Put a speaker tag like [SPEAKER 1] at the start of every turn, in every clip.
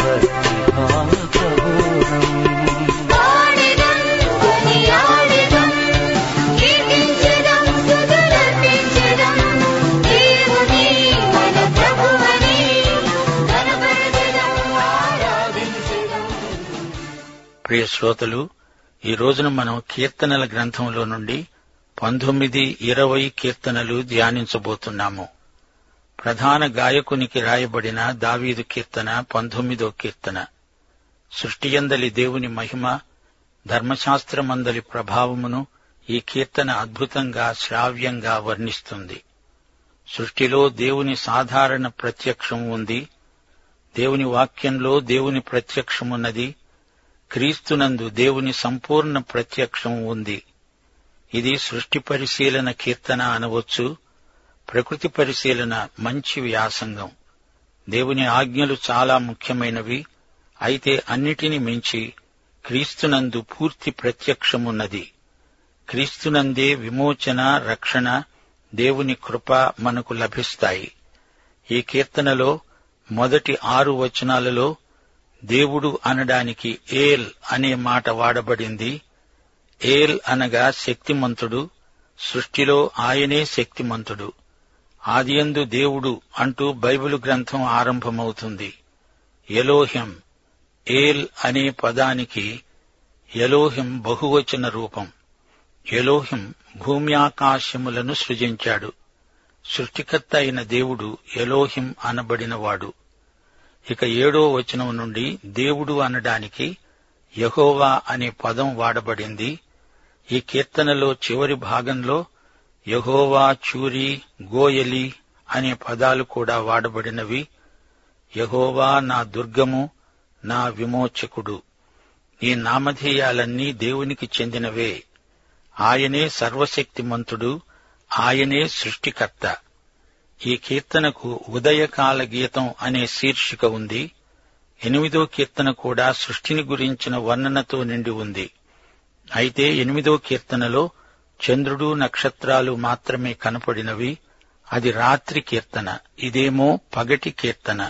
[SPEAKER 1] భక్తిభావబోధం ప్రియ శ్రోతలు ఈ రోజున మనం కీర్తనల గ్రంథంలో నుండి పంతొమ్మిది ఇరవై కీర్తనలు ధ్యానించబోతున్నాము ప్రధాన గాయకునికి రాయబడిన దావీదు కీర్తన పంతొమ్మిదో కీర్తన సృష్టియందలి దేవుని మహిమ ధర్మశాస్త్రమందలి ప్రభావమును ఈ కీర్తన అద్భుతంగా శ్రావ్యంగా వర్ణిస్తుంది సృష్టిలో దేవుని సాధారణ ప్రత్యక్షం ఉంది దేవుని వాక్యంలో దేవుని ప్రత్యక్షమున్నది క్రీస్తునందు దేవుని సంపూర్ణ ప్రత్యక్షం ఉంది ఇది సృష్టి పరిశీలన కీర్తన అనవచ్చు ప్రకృతి పరిశీలన మంచి వ్యాసంగం దేవుని ఆజ్ఞలు చాలా ముఖ్యమైనవి అయితే అన్నిటిని మించి క్రీస్తునందు పూర్తి ప్రత్యక్షమున్నది క్రీస్తునందే విమోచన రక్షణ దేవుని కృప మనకు లభిస్తాయి ఈ కీర్తనలో మొదటి ఆరు వచనాలలో దేవుడు అనడానికి ఏల్ అనే మాట వాడబడింది ఏల్ అనగా శక్తిమంతుడు సృష్టిలో ఆయనే శక్తిమంతుడు ఆదియందు దేవుడు అంటూ బైబిలు గ్రంథం ఆరంభమవుతుంది ఎలోహిం ఏల్ అనే పదానికి ఎలోహిం బహువచన రూపం ఎలోహిం భూమి ఆకాశములను సృజించాడు సృష్టికర్త అయిన దేవుడు ఎలోహిం అనబడినవాడు ఇక ఏడో వచనం నుండి దేవుడు అనడానికి యహోవా అనే పదం వాడబడింది ఈ కీర్తనలో చివరి భాగంలో యహోవా చూరి గోయలి అనే పదాలు కూడా వాడబడినవి యహోవా నా దుర్గము నా విమోచకుడు ఈ నామధేయాలన్నీ దేవునికి చెందినవే ఆయనే సర్వశక్తిమంతుడు ఆయనే సృష్టికర్త ఈ కీర్తనకు ఉదయకాల గీతం అనే శీర్షిక ఉంది ఎనిమిదో కీర్తన కూడా సృష్టిని గురించిన వర్ణనతో నిండి ఉంది అయితే ఎనిమిదో కీర్తనలో చంద్రుడు నక్షత్రాలు మాత్రమే కనపడినవి అది రాత్రి కీర్తన ఇదేమో పగటి కీర్తన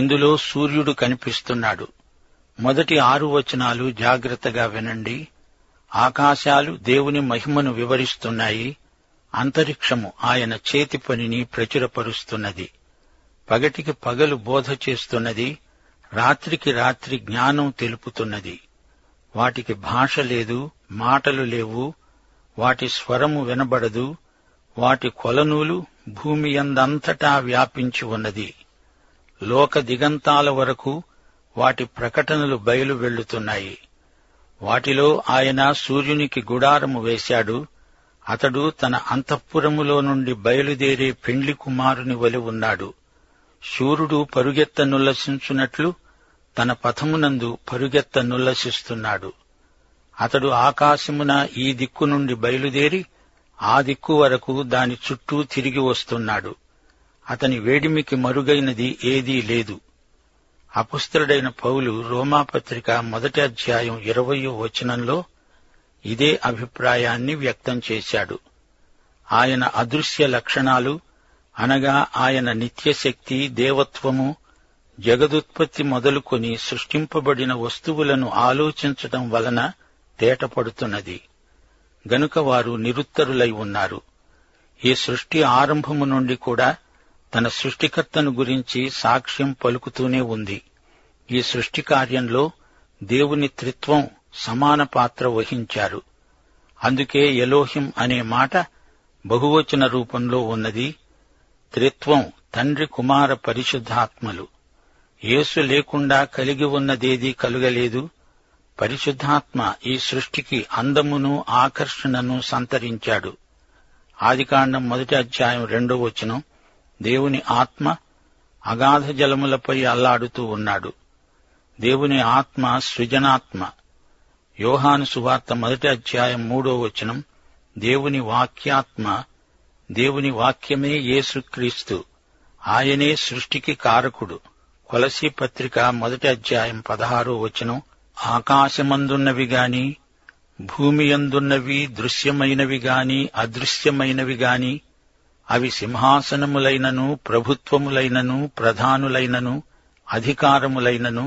[SPEAKER 1] ఇందులో సూర్యుడు కనిపిస్తున్నాడు మొదటి ఆరు వచనాలు జాగ్రత్తగా వినండి ఆకాశాలు దేవుని మహిమను వివరిస్తున్నాయి అంతరిక్షము ఆయన చేతి పనిని ప్రచురపరుస్తున్నది పగటికి పగలు బోధ చేస్తున్నది రాత్రికి రాత్రి జ్ఞానం తెలుపుతున్నది వాటికి భాష లేదు మాటలు లేవు వాటి స్వరము వినబడదు వాటి కొలనూలు భూమి అందంతటా వ్యాపించి ఉన్నది లోక దిగంతాల వరకు వాటి ప్రకటనలు బయలు వెళ్ళుతున్నాయి వాటిలో ఆయన సూర్యునికి గుడారము వేశాడు అతడు తన అంతఃపురములో నుండి బయలుదేరే పెండ్లి కుమారుని వలె ఉన్నాడు శూరుడు పరుగెత్త నుల్లసించున్నట్లు తన పథమునందు పరుగెత్త నుల్లసిస్తున్నాడు అతడు ఆకాశమున ఈ దిక్కు నుండి బయలుదేరి ఆ దిక్కు వరకు దాని చుట్టూ తిరిగి వస్తున్నాడు అతని వేడిమికి మరుగైనది ఏదీ లేదు అపుస్తలుడైన పౌలు రోమాపత్రిక మొదటి అధ్యాయం ఇరవయో వచనంలో ఇదే అభిప్రాయాన్ని వ్యక్తం చేశాడు ఆయన అదృశ్య లక్షణాలు అనగా ఆయన నిత్యశక్తి దేవత్వము జగదుత్పత్తి మొదలుకొని సృష్టింపబడిన వస్తువులను ఆలోచించటం వలన తేటపడుతున్నది గనుక వారు నిరుత్తరులై ఉన్నారు ఈ సృష్టి ఆరంభము నుండి కూడా తన సృష్టికర్తను గురించి సాక్ష్యం పలుకుతూనే ఉంది ఈ సృష్టి కార్యంలో దేవుని త్రిత్వం సమాన పాత్ర వహించారు అందుకే ఎలోహిం అనే మాట బహువచన రూపంలో ఉన్నది త్రిత్వం తండ్రి కుమార పరిశుద్ధాత్మలు యేసు లేకుండా కలిగి ఉన్నదేదీ కలుగలేదు పరిశుద్ధాత్మ ఈ సృష్టికి అందమును ఆకర్షణను సంతరించాడు ఆదికాండం మొదటి అధ్యాయం రెండో వచనం దేవుని ఆత్మ అగాధ జలములపై అల్లాడుతూ ఉన్నాడు దేవుని ఆత్మ సృజనాత్మ యోహాను సువార్త మొదటి అధ్యాయం మూడో వచనం దేవుని వాక్యాత్మ దేవుని వాక్యమే యేసుక్రీస్తు ఆయనే సృష్టికి కారకుడు కొలసీ పత్రిక మొదటి అధ్యాయం పదహారు వచనం ఆకాశమందున్నవి గాని భూమి యందున్నవి దృశ్యమైనవి గాని అదృశ్యమైనవి గాని అవి సింహాసనములైనను ప్రభుత్వములైనను ప్రధానులైనను అధికారములైనను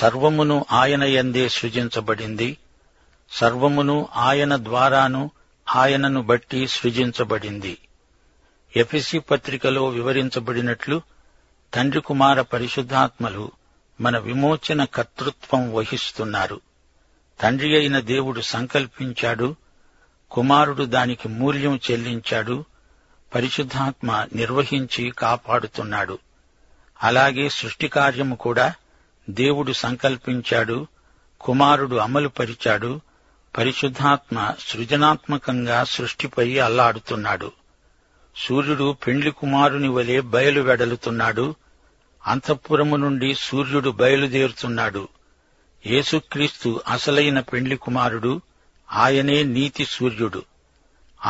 [SPEAKER 1] సర్వమును ఆయన యందే సృజించబడింది సర్వమును ఆయన ద్వారాను ఆయనను బట్టి సృజించబడింది ఎఫిసి పత్రికలో వివరించబడినట్లు తండ్రి కుమార పరిశుద్ధాత్మలు మన విమోచన కర్తృత్వం వహిస్తున్నారు తండ్రి అయిన దేవుడు సంకల్పించాడు కుమారుడు దానికి మూల్యం చెల్లించాడు పరిశుద్ధాత్మ నిర్వహించి కాపాడుతున్నాడు అలాగే సృష్టి కార్యము కూడా దేవుడు సంకల్పించాడు కుమారుడు అమలు పరిచాడు పరిశుద్ధాత్మ సృజనాత్మకంగా సృష్టిపై అల్లాడుతున్నాడు సూర్యుడు పెండ్లి కుమారుని వలె బయలు వెడలుతున్నాడు అంతఃపురము నుండి సూర్యుడు బయలుదేరుతున్నాడు యేసుక్రీస్తు అసలైన పెండ్లి కుమారుడు ఆయనే నీతి సూర్యుడు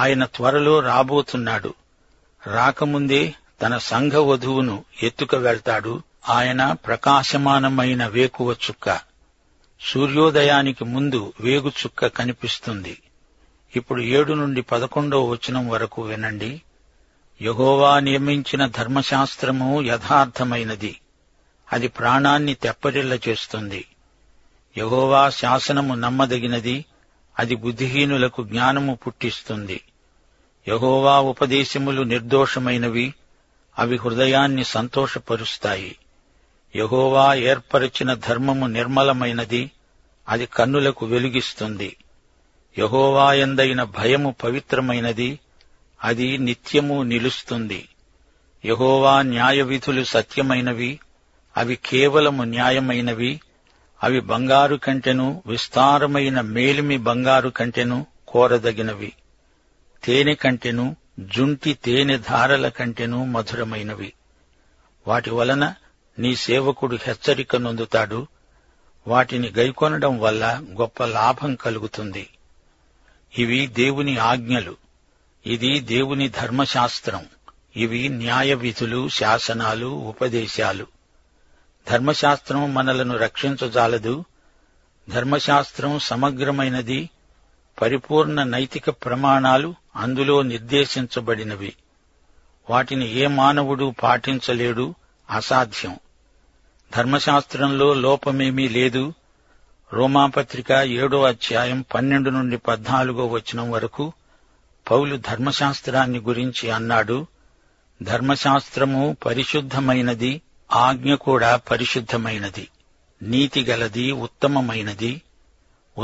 [SPEAKER 1] ఆయన త్వరలో రాబోతున్నాడు రాకముందే తన సంఘ వధువును ఎత్తుక వెళ్తాడు ఆయన ప్రకాశమానమైన వేకువ చుక్క సూర్యోదయానికి ముందు వేగుచుక్క కనిపిస్తుంది ఇప్పుడు ఏడు నుండి పదకొండవ వచనం వరకు వినండి యహోవా నియమించిన ధర్మశాస్త్రము యథార్థమైనది అది ప్రాణాన్ని తెప్పరిల్ల చేస్తుంది యహోవా శాసనము నమ్మదగినది అది బుద్ధిహీనులకు జ్ఞానము పుట్టిస్తుంది యహోవా ఉపదేశములు నిర్దోషమైనవి అవి హృదయాన్ని సంతోషపరుస్తాయి యహోవా ఏర్పరచిన ధర్మము నిర్మలమైనది అది కన్నులకు వెలుగిస్తుంది యహోవా ఎందైన భయము పవిత్రమైనది అది నిత్యము నిలుస్తుంది యహోవా న్యాయవిధులు సత్యమైనవి అవి కేవలము న్యాయమైనవి అవి బంగారు కంటెను విస్తారమైన మేలిమి బంగారు కంటెను కోరదగినవి తేనె కంటెను జుంటి తేనె ధారల కంటెను మధురమైనవి వాటి వలన నీ సేవకుడు హెచ్చరిక నొందుతాడు వాటిని గైకొనడం వల్ల గొప్ప లాభం కలుగుతుంది ఇవి దేవుని ఆజ్ఞలు ఇది దేవుని ధర్మశాస్త్రం ఇవి న్యాయ విధులు శాసనాలు ఉపదేశాలు ధర్మశాస్త్రం మనలను రక్షించజాలదు ధర్మశాస్త్రం సమగ్రమైనది పరిపూర్ణ నైతిక ప్రమాణాలు అందులో నిర్దేశించబడినవి వాటిని ఏ మానవుడు పాటించలేడు అసాధ్యం ధర్మశాస్త్రంలో లోపమేమీ లేదు రోమాపత్రిక ఏడో అధ్యాయం పన్నెండు నుండి పద్నాలుగో వచనం వరకు పౌలు ధర్మశాస్త్రాన్ని గురించి అన్నాడు ధర్మశాస్త్రము పరిశుద్ధమైనది ఆజ్ఞ కూడా పరిశుద్ధమైనది నీతి గలది ఉత్తమమైనది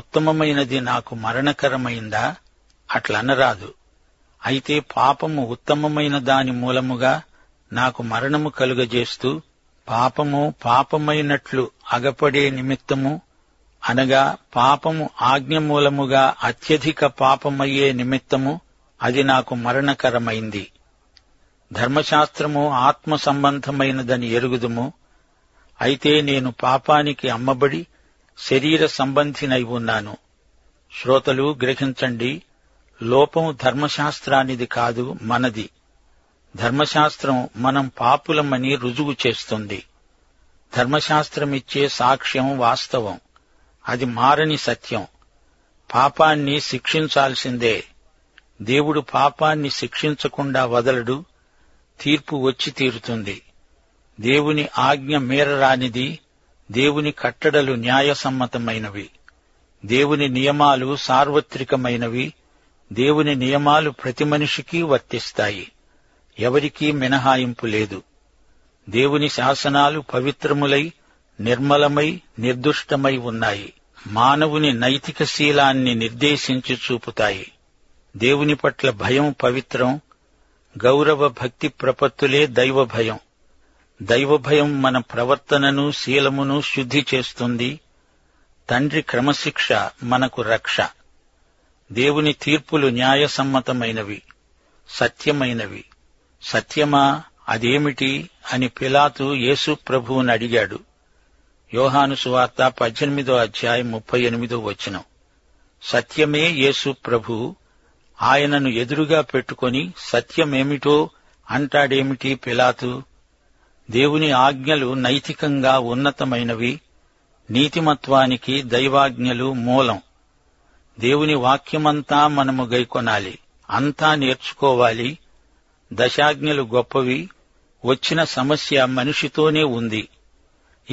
[SPEAKER 1] ఉత్తమమైనది నాకు మరణకరమైందా అట్లనరాదు అయితే పాపము ఉత్తమమైన దాని మూలముగా నాకు మరణము కలుగజేస్తూ పాపము పాపమైనట్లు అగపడే నిమిత్తము అనగా పాపము ఆజ్ఞ మూలముగా అత్యధిక పాపమయ్యే నిమిత్తము అది నాకు మరణకరమైంది ధర్మశాస్త్రము ఆత్మ సంబంధమైనదని ఎరుగుదుము అయితే నేను పాపానికి అమ్మబడి శరీర సంబంధినై ఉన్నాను శ్రోతలు గ్రహించండి లోపము ధర్మశాస్త్రానిది కాదు మనది ధర్మశాస్త్రం మనం పాపులమని రుజువు చేస్తుంది ధర్మశాస్త్రమిచ్చే సాక్ష్యం వాస్తవం అది మారని సత్యం పాపాన్ని శిక్షించాల్సిందే దేవుడు పాపాన్ని శిక్షించకుండా వదలడు తీర్పు వచ్చి తీరుతుంది దేవుని ఆజ్ఞ మేరరానిది దేవుని కట్టడలు న్యాయసమ్మతమైనవి దేవుని నియమాలు సార్వత్రికమైనవి దేవుని నియమాలు ప్రతి మనిషికి వర్తిస్తాయి ఎవరికీ మినహాయింపు లేదు దేవుని శాసనాలు పవిత్రములై నిర్మలమై నిర్దుష్టమై ఉన్నాయి మానవుని నైతిక శీలాన్ని నిర్దేశించి చూపుతాయి దేవుని పట్ల భయం పవిత్రం గౌరవ భక్తి ప్రపత్తులే దైవ భయం దైవ భయం మన ప్రవర్తనను శీలమును శుద్ధి చేస్తుంది తండ్రి క్రమశిక్ష మనకు రక్ష దేవుని తీర్పులు న్యాయసమ్మతమైనవి సత్యమైనవి సత్యమా అదేమిటి అని పిలాతు యేసు ప్రభువుని అడిగాడు యోహాను సువార్త పద్దెనిమిదో అధ్యాయం ముప్పై ఎనిమిదో వచనం సత్యమే యేసు ప్రభు ఆయనను ఎదురుగా పెట్టుకొని సత్యమేమిటో అంటాడేమిటి పిలాతు దేవుని ఆజ్ఞలు నైతికంగా ఉన్నతమైనవి నీతిమత్వానికి దైవాజ్ఞలు మూలం దేవుని వాక్యమంతా మనము గైకొనాలి అంతా నేర్చుకోవాలి దశాజ్ఞలు గొప్పవి వచ్చిన సమస్య మనిషితోనే ఉంది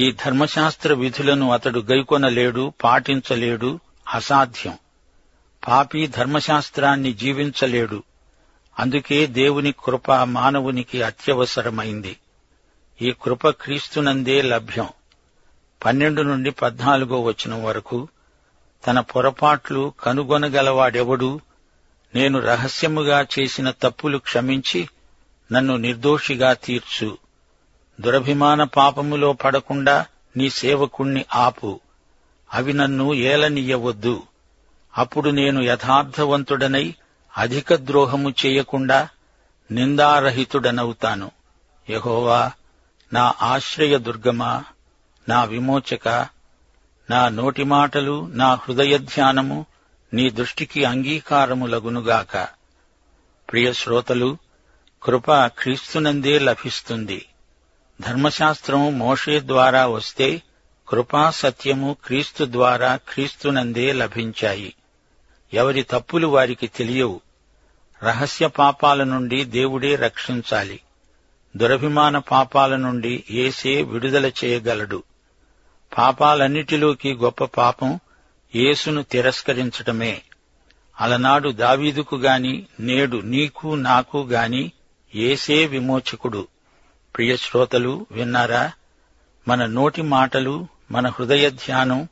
[SPEAKER 1] ఈ ధర్మశాస్త్ర విధులను అతడు గైకొనలేడు పాటించలేడు అసాధ్యం పాపి ధర్మశాస్త్రాన్ని జీవించలేడు అందుకే దేవుని కృప మానవునికి అత్యవసరమైంది ఈ కృప క్రీస్తునందే లభ్యం పన్నెండు నుండి పద్నాలుగో వచనం వరకు తన పొరపాట్లు కనుగొనగలవాడెవడు నేను రహస్యముగా చేసిన తప్పులు క్షమించి నన్ను నిర్దోషిగా తీర్చు దురభిమాన పాపములో పడకుండా నీ సేవకుణ్ణి ఆపు అవి నన్ను ఏలనీయవద్దు అప్పుడు నేను యథార్థవంతుడనై అధిక ద్రోహము చేయకుండా నిందారహితుడనవుతాను యహోవా నా ఆశ్రయ దుర్గమా నా విమోచక నా నోటి మాటలు నా హృదయ ధ్యానము నీ దృష్టికి అంగీకారములగునుగాక ప్రియ శ్రోతలు కృప క్రీస్తునందే లభిస్తుంది ధర్మశాస్త్రం మోషే ద్వారా వస్తే కృపా సత్యము క్రీస్తు ద్వారా క్రీస్తునందే లభించాయి ఎవరి తప్పులు వారికి తెలియవు రహస్య పాపాల నుండి దేవుడే రక్షించాలి దురభిమాన పాపాల నుండి ఏసే విడుదల చేయగలడు పాపాలన్నిటిలోకి గొప్ప పాపం యేసును తిరస్కరించటమే అలనాడు దావీదుకు గాని నేడు నీకు నాకు గాని ఏసే విమోచకుడు ప్రియ శ్రోతలు విన్నారా మన నోటి మాటలు మన హృదయ ధ్యానం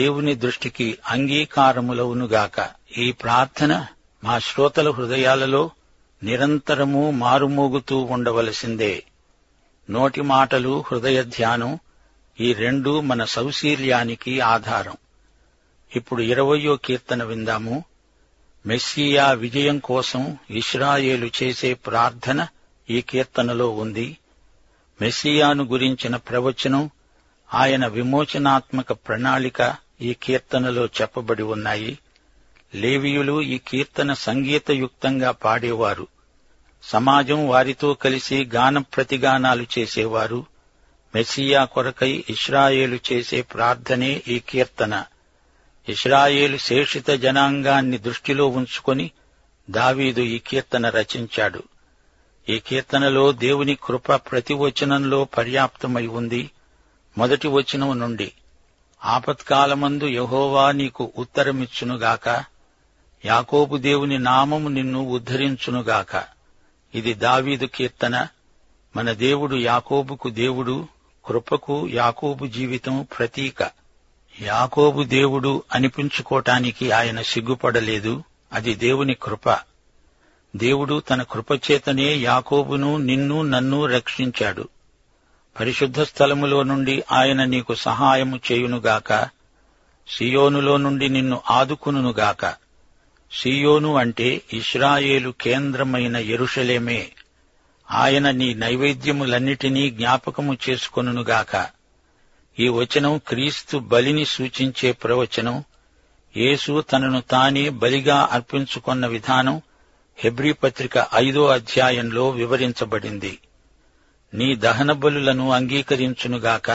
[SPEAKER 1] దేవుని దృష్టికి అంగీకారములవునుగాక ఈ ప్రార్థన మా శ్రోతల హృదయాలలో నిరంతరము మారుమోగుతూ ఉండవలసిందే నోటి మాటలు హృదయ ధ్యానం ఈ రెండూ మన సౌశీల్యానికి ఆధారం ఇప్పుడు ఇరవయో కీర్తన విందాము మెస్సియా విజయం కోసం ఇస్రాయేలు చేసే ప్రార్థన ఈ కీర్తనలో ఉంది మెస్సియాను గురించిన ప్రవచనం ఆయన విమోచనాత్మక ప్రణాళిక ఈ కీర్తనలో చెప్పబడి ఉన్నాయి లేవీయులు ఈ కీర్తన సంగీతయుక్తంగా పాడేవారు సమాజం వారితో కలిసి గాన ప్రతిగానాలు చేసేవారు మెస్సియా కొరకై ఇస్రాయేలు చేసే ప్రార్థనే ఈ కీర్తన ఇస్రాయేలు శేషిత జనాంగాన్ని దృష్టిలో ఉంచుకొని దావీదు ఈ కీర్తన రచించాడు ఈ కీర్తనలో దేవుని కృప ప్రతి వచనంలో పర్యాప్తమై ఉంది మొదటి వచనం నుండి ఆపత్కాలమందు యహోవా నీకు ఉత్తరమిచ్చునుగాక యాకోబు దేవుని నామము నిన్ను ఉద్ధరించునుగాక ఇది దావీదు కీర్తన మన దేవుడు యాకోబుకు దేవుడు కృపకు యాకోబు జీవితం ప్రతీక యాకోబు దేవుడు అనిపించుకోటానికి ఆయన సిగ్గుపడలేదు అది దేవుని కృప దేవుడు తన కృపచేతనే యాకోబును నిన్ను నన్ను రక్షించాడు పరిశుద్ధ స్థలములో నుండి ఆయన నీకు సహాయము చేయునుగాక సియోనులో నుండి నిన్ను ఆదుకునుగాక సియోను అంటే ఇస్రాయేలు కేంద్రమైన ఎరుషలేమే ఆయన నీ నైవేద్యములన్నిటినీ జ్ఞాపకము చేసుకొనుగాక ఈ వచనం క్రీస్తు బలిని సూచించే ప్రవచనం యేసు తనను తానే బలిగా అర్పించుకొన్న విధానం హెబ్రీ పత్రిక ఐదో అధ్యాయంలో వివరించబడింది నీ దహన బలులను అంగీకరించునుగాక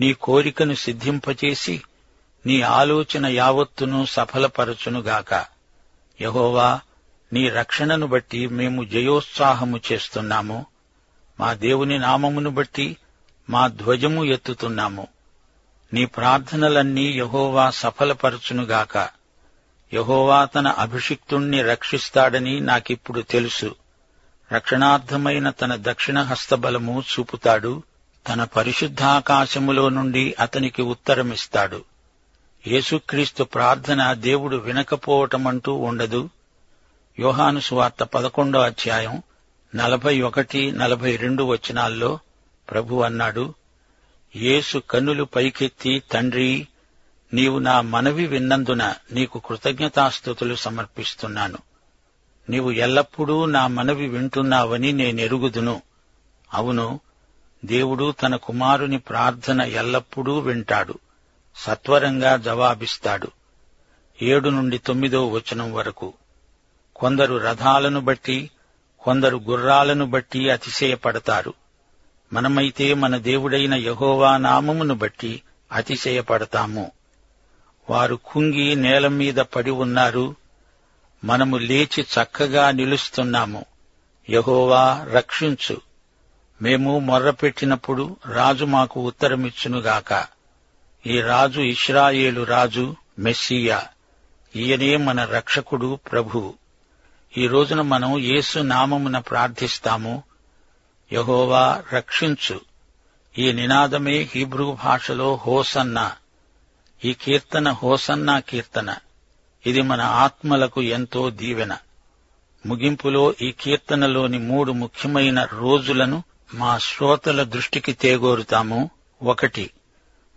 [SPEAKER 1] నీ కోరికను సిద్ధింపచేసి నీ ఆలోచన యావత్తును సఫలపరచునుగాక యహోవా నీ రక్షణను బట్టి మేము జయోత్సాహము చేస్తున్నాము మా దేవుని నామమును బట్టి మా ధ్వజము ఎత్తుతున్నాము నీ ప్రార్థనలన్నీ యహోవా సఫలపరచునుగాక యహోవా తన అభిషిక్తుణ్ణి రక్షిస్తాడని నాకిప్పుడు తెలుసు రక్షణార్థమైన తన దక్షిణ హస్తబలము చూపుతాడు తన పరిశుద్ధాకాశములో నుండి అతనికి ఉత్తరమిస్తాడు యేసుక్రీస్తు ప్రార్థన దేవుడు వినకపోవటమంటూ ఉండదు యోహాను సువార్త పదకొండో అధ్యాయం నలభై ఒకటి నలభై రెండు వచనాల్లో ప్రభు అన్నాడు యేసు కన్నులు పైకెత్తి తండ్రి నీవు నా మనవి విన్నందున నీకు కృతజ్ఞతాస్థుతులు సమర్పిస్తున్నాను నీవు ఎల్లప్పుడూ నా మనవి వింటున్నావని నేనెరుగుదును అవును దేవుడు తన కుమారుని ప్రార్థన ఎల్లప్పుడూ వింటాడు సత్వరంగా జవాబిస్తాడు ఏడు నుండి తొమ్మిదో వచనం వరకు కొందరు రథాలను బట్టి కొందరు గుర్రాలను బట్టి అతిశయపడతారు మనమైతే మన దేవుడైన యహోవా నామమును బట్టి అతిశయపడతాము వారు కుంగి నేల మీద పడి ఉన్నారు మనము లేచి చక్కగా నిలుస్తున్నాము యహోవా రక్షించు మేము మొర్రపెట్టినప్పుడు రాజు మాకు ఉత్తరమిచ్చునుగాక ఈ రాజు ఇస్రాయేలు రాజు మెస్సియా ఈయనే మన రక్షకుడు ప్రభువు ఈ రోజున మనం యేసు నామమున ప్రార్థిస్తాము యహోవా రక్షించు ఈ నినాదమే హీబ్రూ భాషలో హోసన్న ఈ కీర్తన హోసన్న కీర్తన ఇది మన ఆత్మలకు ఎంతో దీవెన ముగింపులో ఈ కీర్తనలోని మూడు ముఖ్యమైన రోజులను మా శ్రోతల దృష్టికి తేగోరుతాము ఒకటి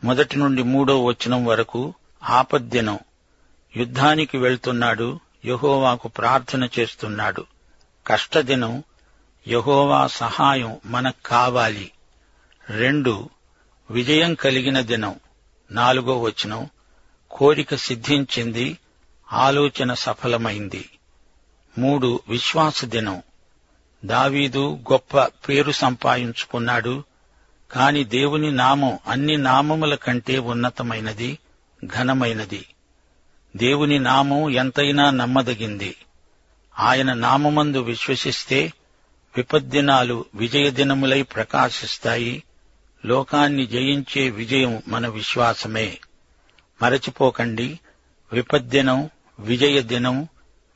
[SPEAKER 1] మొదటి నుండి మూడో వచనం వరకు ఆపద్దినం యుద్ధానికి వెళ్తున్నాడు యహోవాకు ప్రార్థన చేస్తున్నాడు కష్టదినం యహోవా సహాయం మనకు కావాలి రెండు విజయం కలిగిన దినం నాలుగో వచనం కోరిక సిద్ధించింది ఆలోచన సఫలమైంది మూడు విశ్వాస దినం దావీదు గొప్ప పేరు సంపాదించుకున్నాడు కాని దేవుని నామం అన్ని నామముల కంటే ఉన్నతమైనది ఘనమైనది దేవుని నామం ఎంతైనా నమ్మదగింది ఆయన నామమందు విశ్వసిస్తే విపద్దినాలు విజయదినములై ప్రకాశిస్తాయి లోకాన్ని జయించే విజయం మన విశ్వాసమే మరచిపోకండి విపద్దినం విజయదినం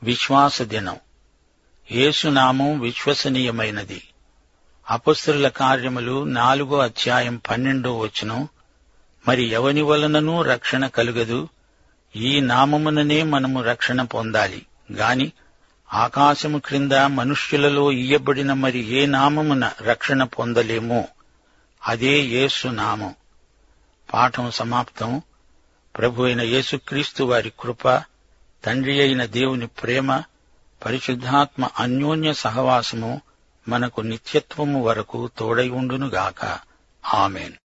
[SPEAKER 1] విశ్వాస దినం యేసునామం విశ్వసనీయమైనది అపస్తుల కార్యములు నాలుగో అధ్యాయం పన్నెండో వచనం మరి ఎవని వలననూ రక్షణ కలుగదు ఈ నామముననే మనము రక్షణ పొందాలి గాని ఆకాశము క్రింద మనుష్యులలో ఇయ్యబడిన మరి ఏ నామమున రక్షణ పొందలేమో అదే యేసు నామం పాఠం సమాప్తం ప్రభు అయిన యేసుక్రీస్తు వారి కృప తండ్రి అయిన దేవుని ప్రేమ పరిశుద్ధాత్మ అన్యోన్య సహవాసము మనకు నిత్యత్వము వరకు తోడై ఉండునుగాక ఆమెన్